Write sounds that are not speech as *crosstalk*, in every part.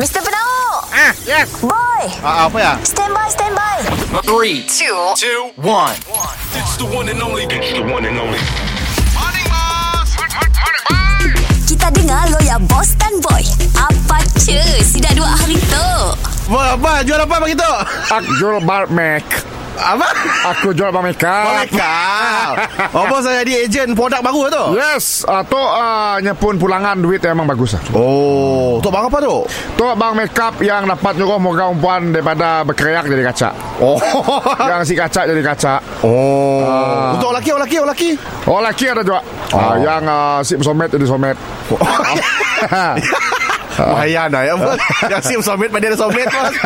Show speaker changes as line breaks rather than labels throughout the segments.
Mr. Penau!
Ah, yes.
Boy!
Ah, apa ya?
Stand by, stand by!
Three, two, two, one.
It's the one and only. It's the one and only.
Kita dengar lo ya, boss dan boy. Apa cuy? Sudah dua hari tu.
Wah, apa? Jual apa bagi tu?
Aku jual barmek
Apa?
Aku jual
Boleh
barmekap
kau. Oh, bos saya jadi ejen produk baru tu.
Yes Atau uh, nyepun pulangan duit memang bagus lah
Oh, tu bang apa tu?
Tu bang makeup yang dapat nyuruh muka perempuan daripada berkeriak jadi kaca
Oh.
Yang si kaca jadi kaca
Oh. Untuk lelaki, orang lelaki, orang lelaki.
Oh laki ada juga
Oh.
Ah, Yang uh, si somet jadi somet
Bahaya dah ya bos. *laughs* Yang sim summit pada ada summit bos. *laughs*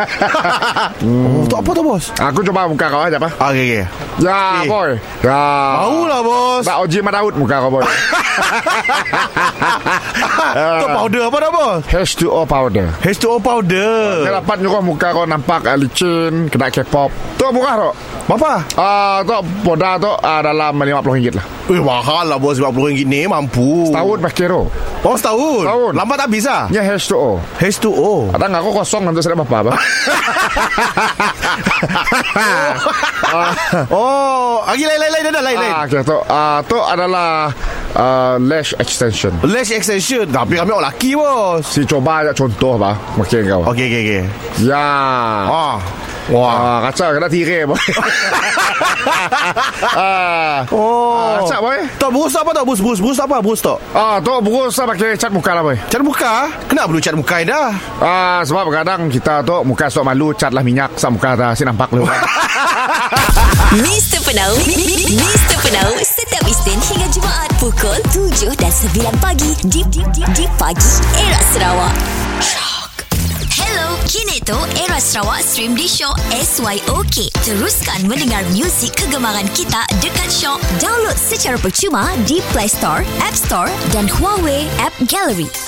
Oh, untuk apa tu bos?
Aku cuba muka kau aja apa
Ah, okey okey. Eh.
Ya boy Ya
Bau lah bos.
Mbak Oji Madaud muka
*laughs*
kau boy Ah,
Tu powder apa dah bos?
H2O powder
H2O powder.
Dia dapat nyuruh muka kau nampak uh, licin Kena K-pop Tu murah tu
Berapa?
Ah, tu boda tu ah, dalam RM50 lah.
Eh mahal lah bos RM50 ni mampu
Tahun pakai tu.
Oh setahun
Setahun.
Lambat habis lah
Nya H2O.
H2O
Ada ngaku kosong nanti saya apa apa.
Oh Lagi lain lain lain Dah dah, *laughs* lain lain
Ah, okay, tu ah, tu adalah ah, lash extension.
Lash extension Tapi kami orang lelaki bos
Si coba aja contoh bah, makin kau.
Okey okey okey
Ya.
Ah
Ah,
Wah
kaca kena tirai
*laughs*
bah. ah,
Oh
Acak, boy.
Tak burus tak apa tak Burus burus burus tak apa Burus tak
ah, tu berus pakai cat muka lah boy.
Cat muka ah. Kenapa perlu cat muka ni dah
Ah, sebab kadang kita tu muka sok malu cat lah minyak sama muka dah si nampak lu.
Mr. Penau, Mr. Penau, setiap Isnin hingga Jumaat pukul 7 dan 9 pagi di, di, di, di pagi era Sarawak. Shock. Hello, kini tu era Sarawak stream di Shock SYOK. Teruskan mendengar muzik kegemaran kita dekat Shock. Download secara percuma di Play Store, App Store dan Huawei App Gallery.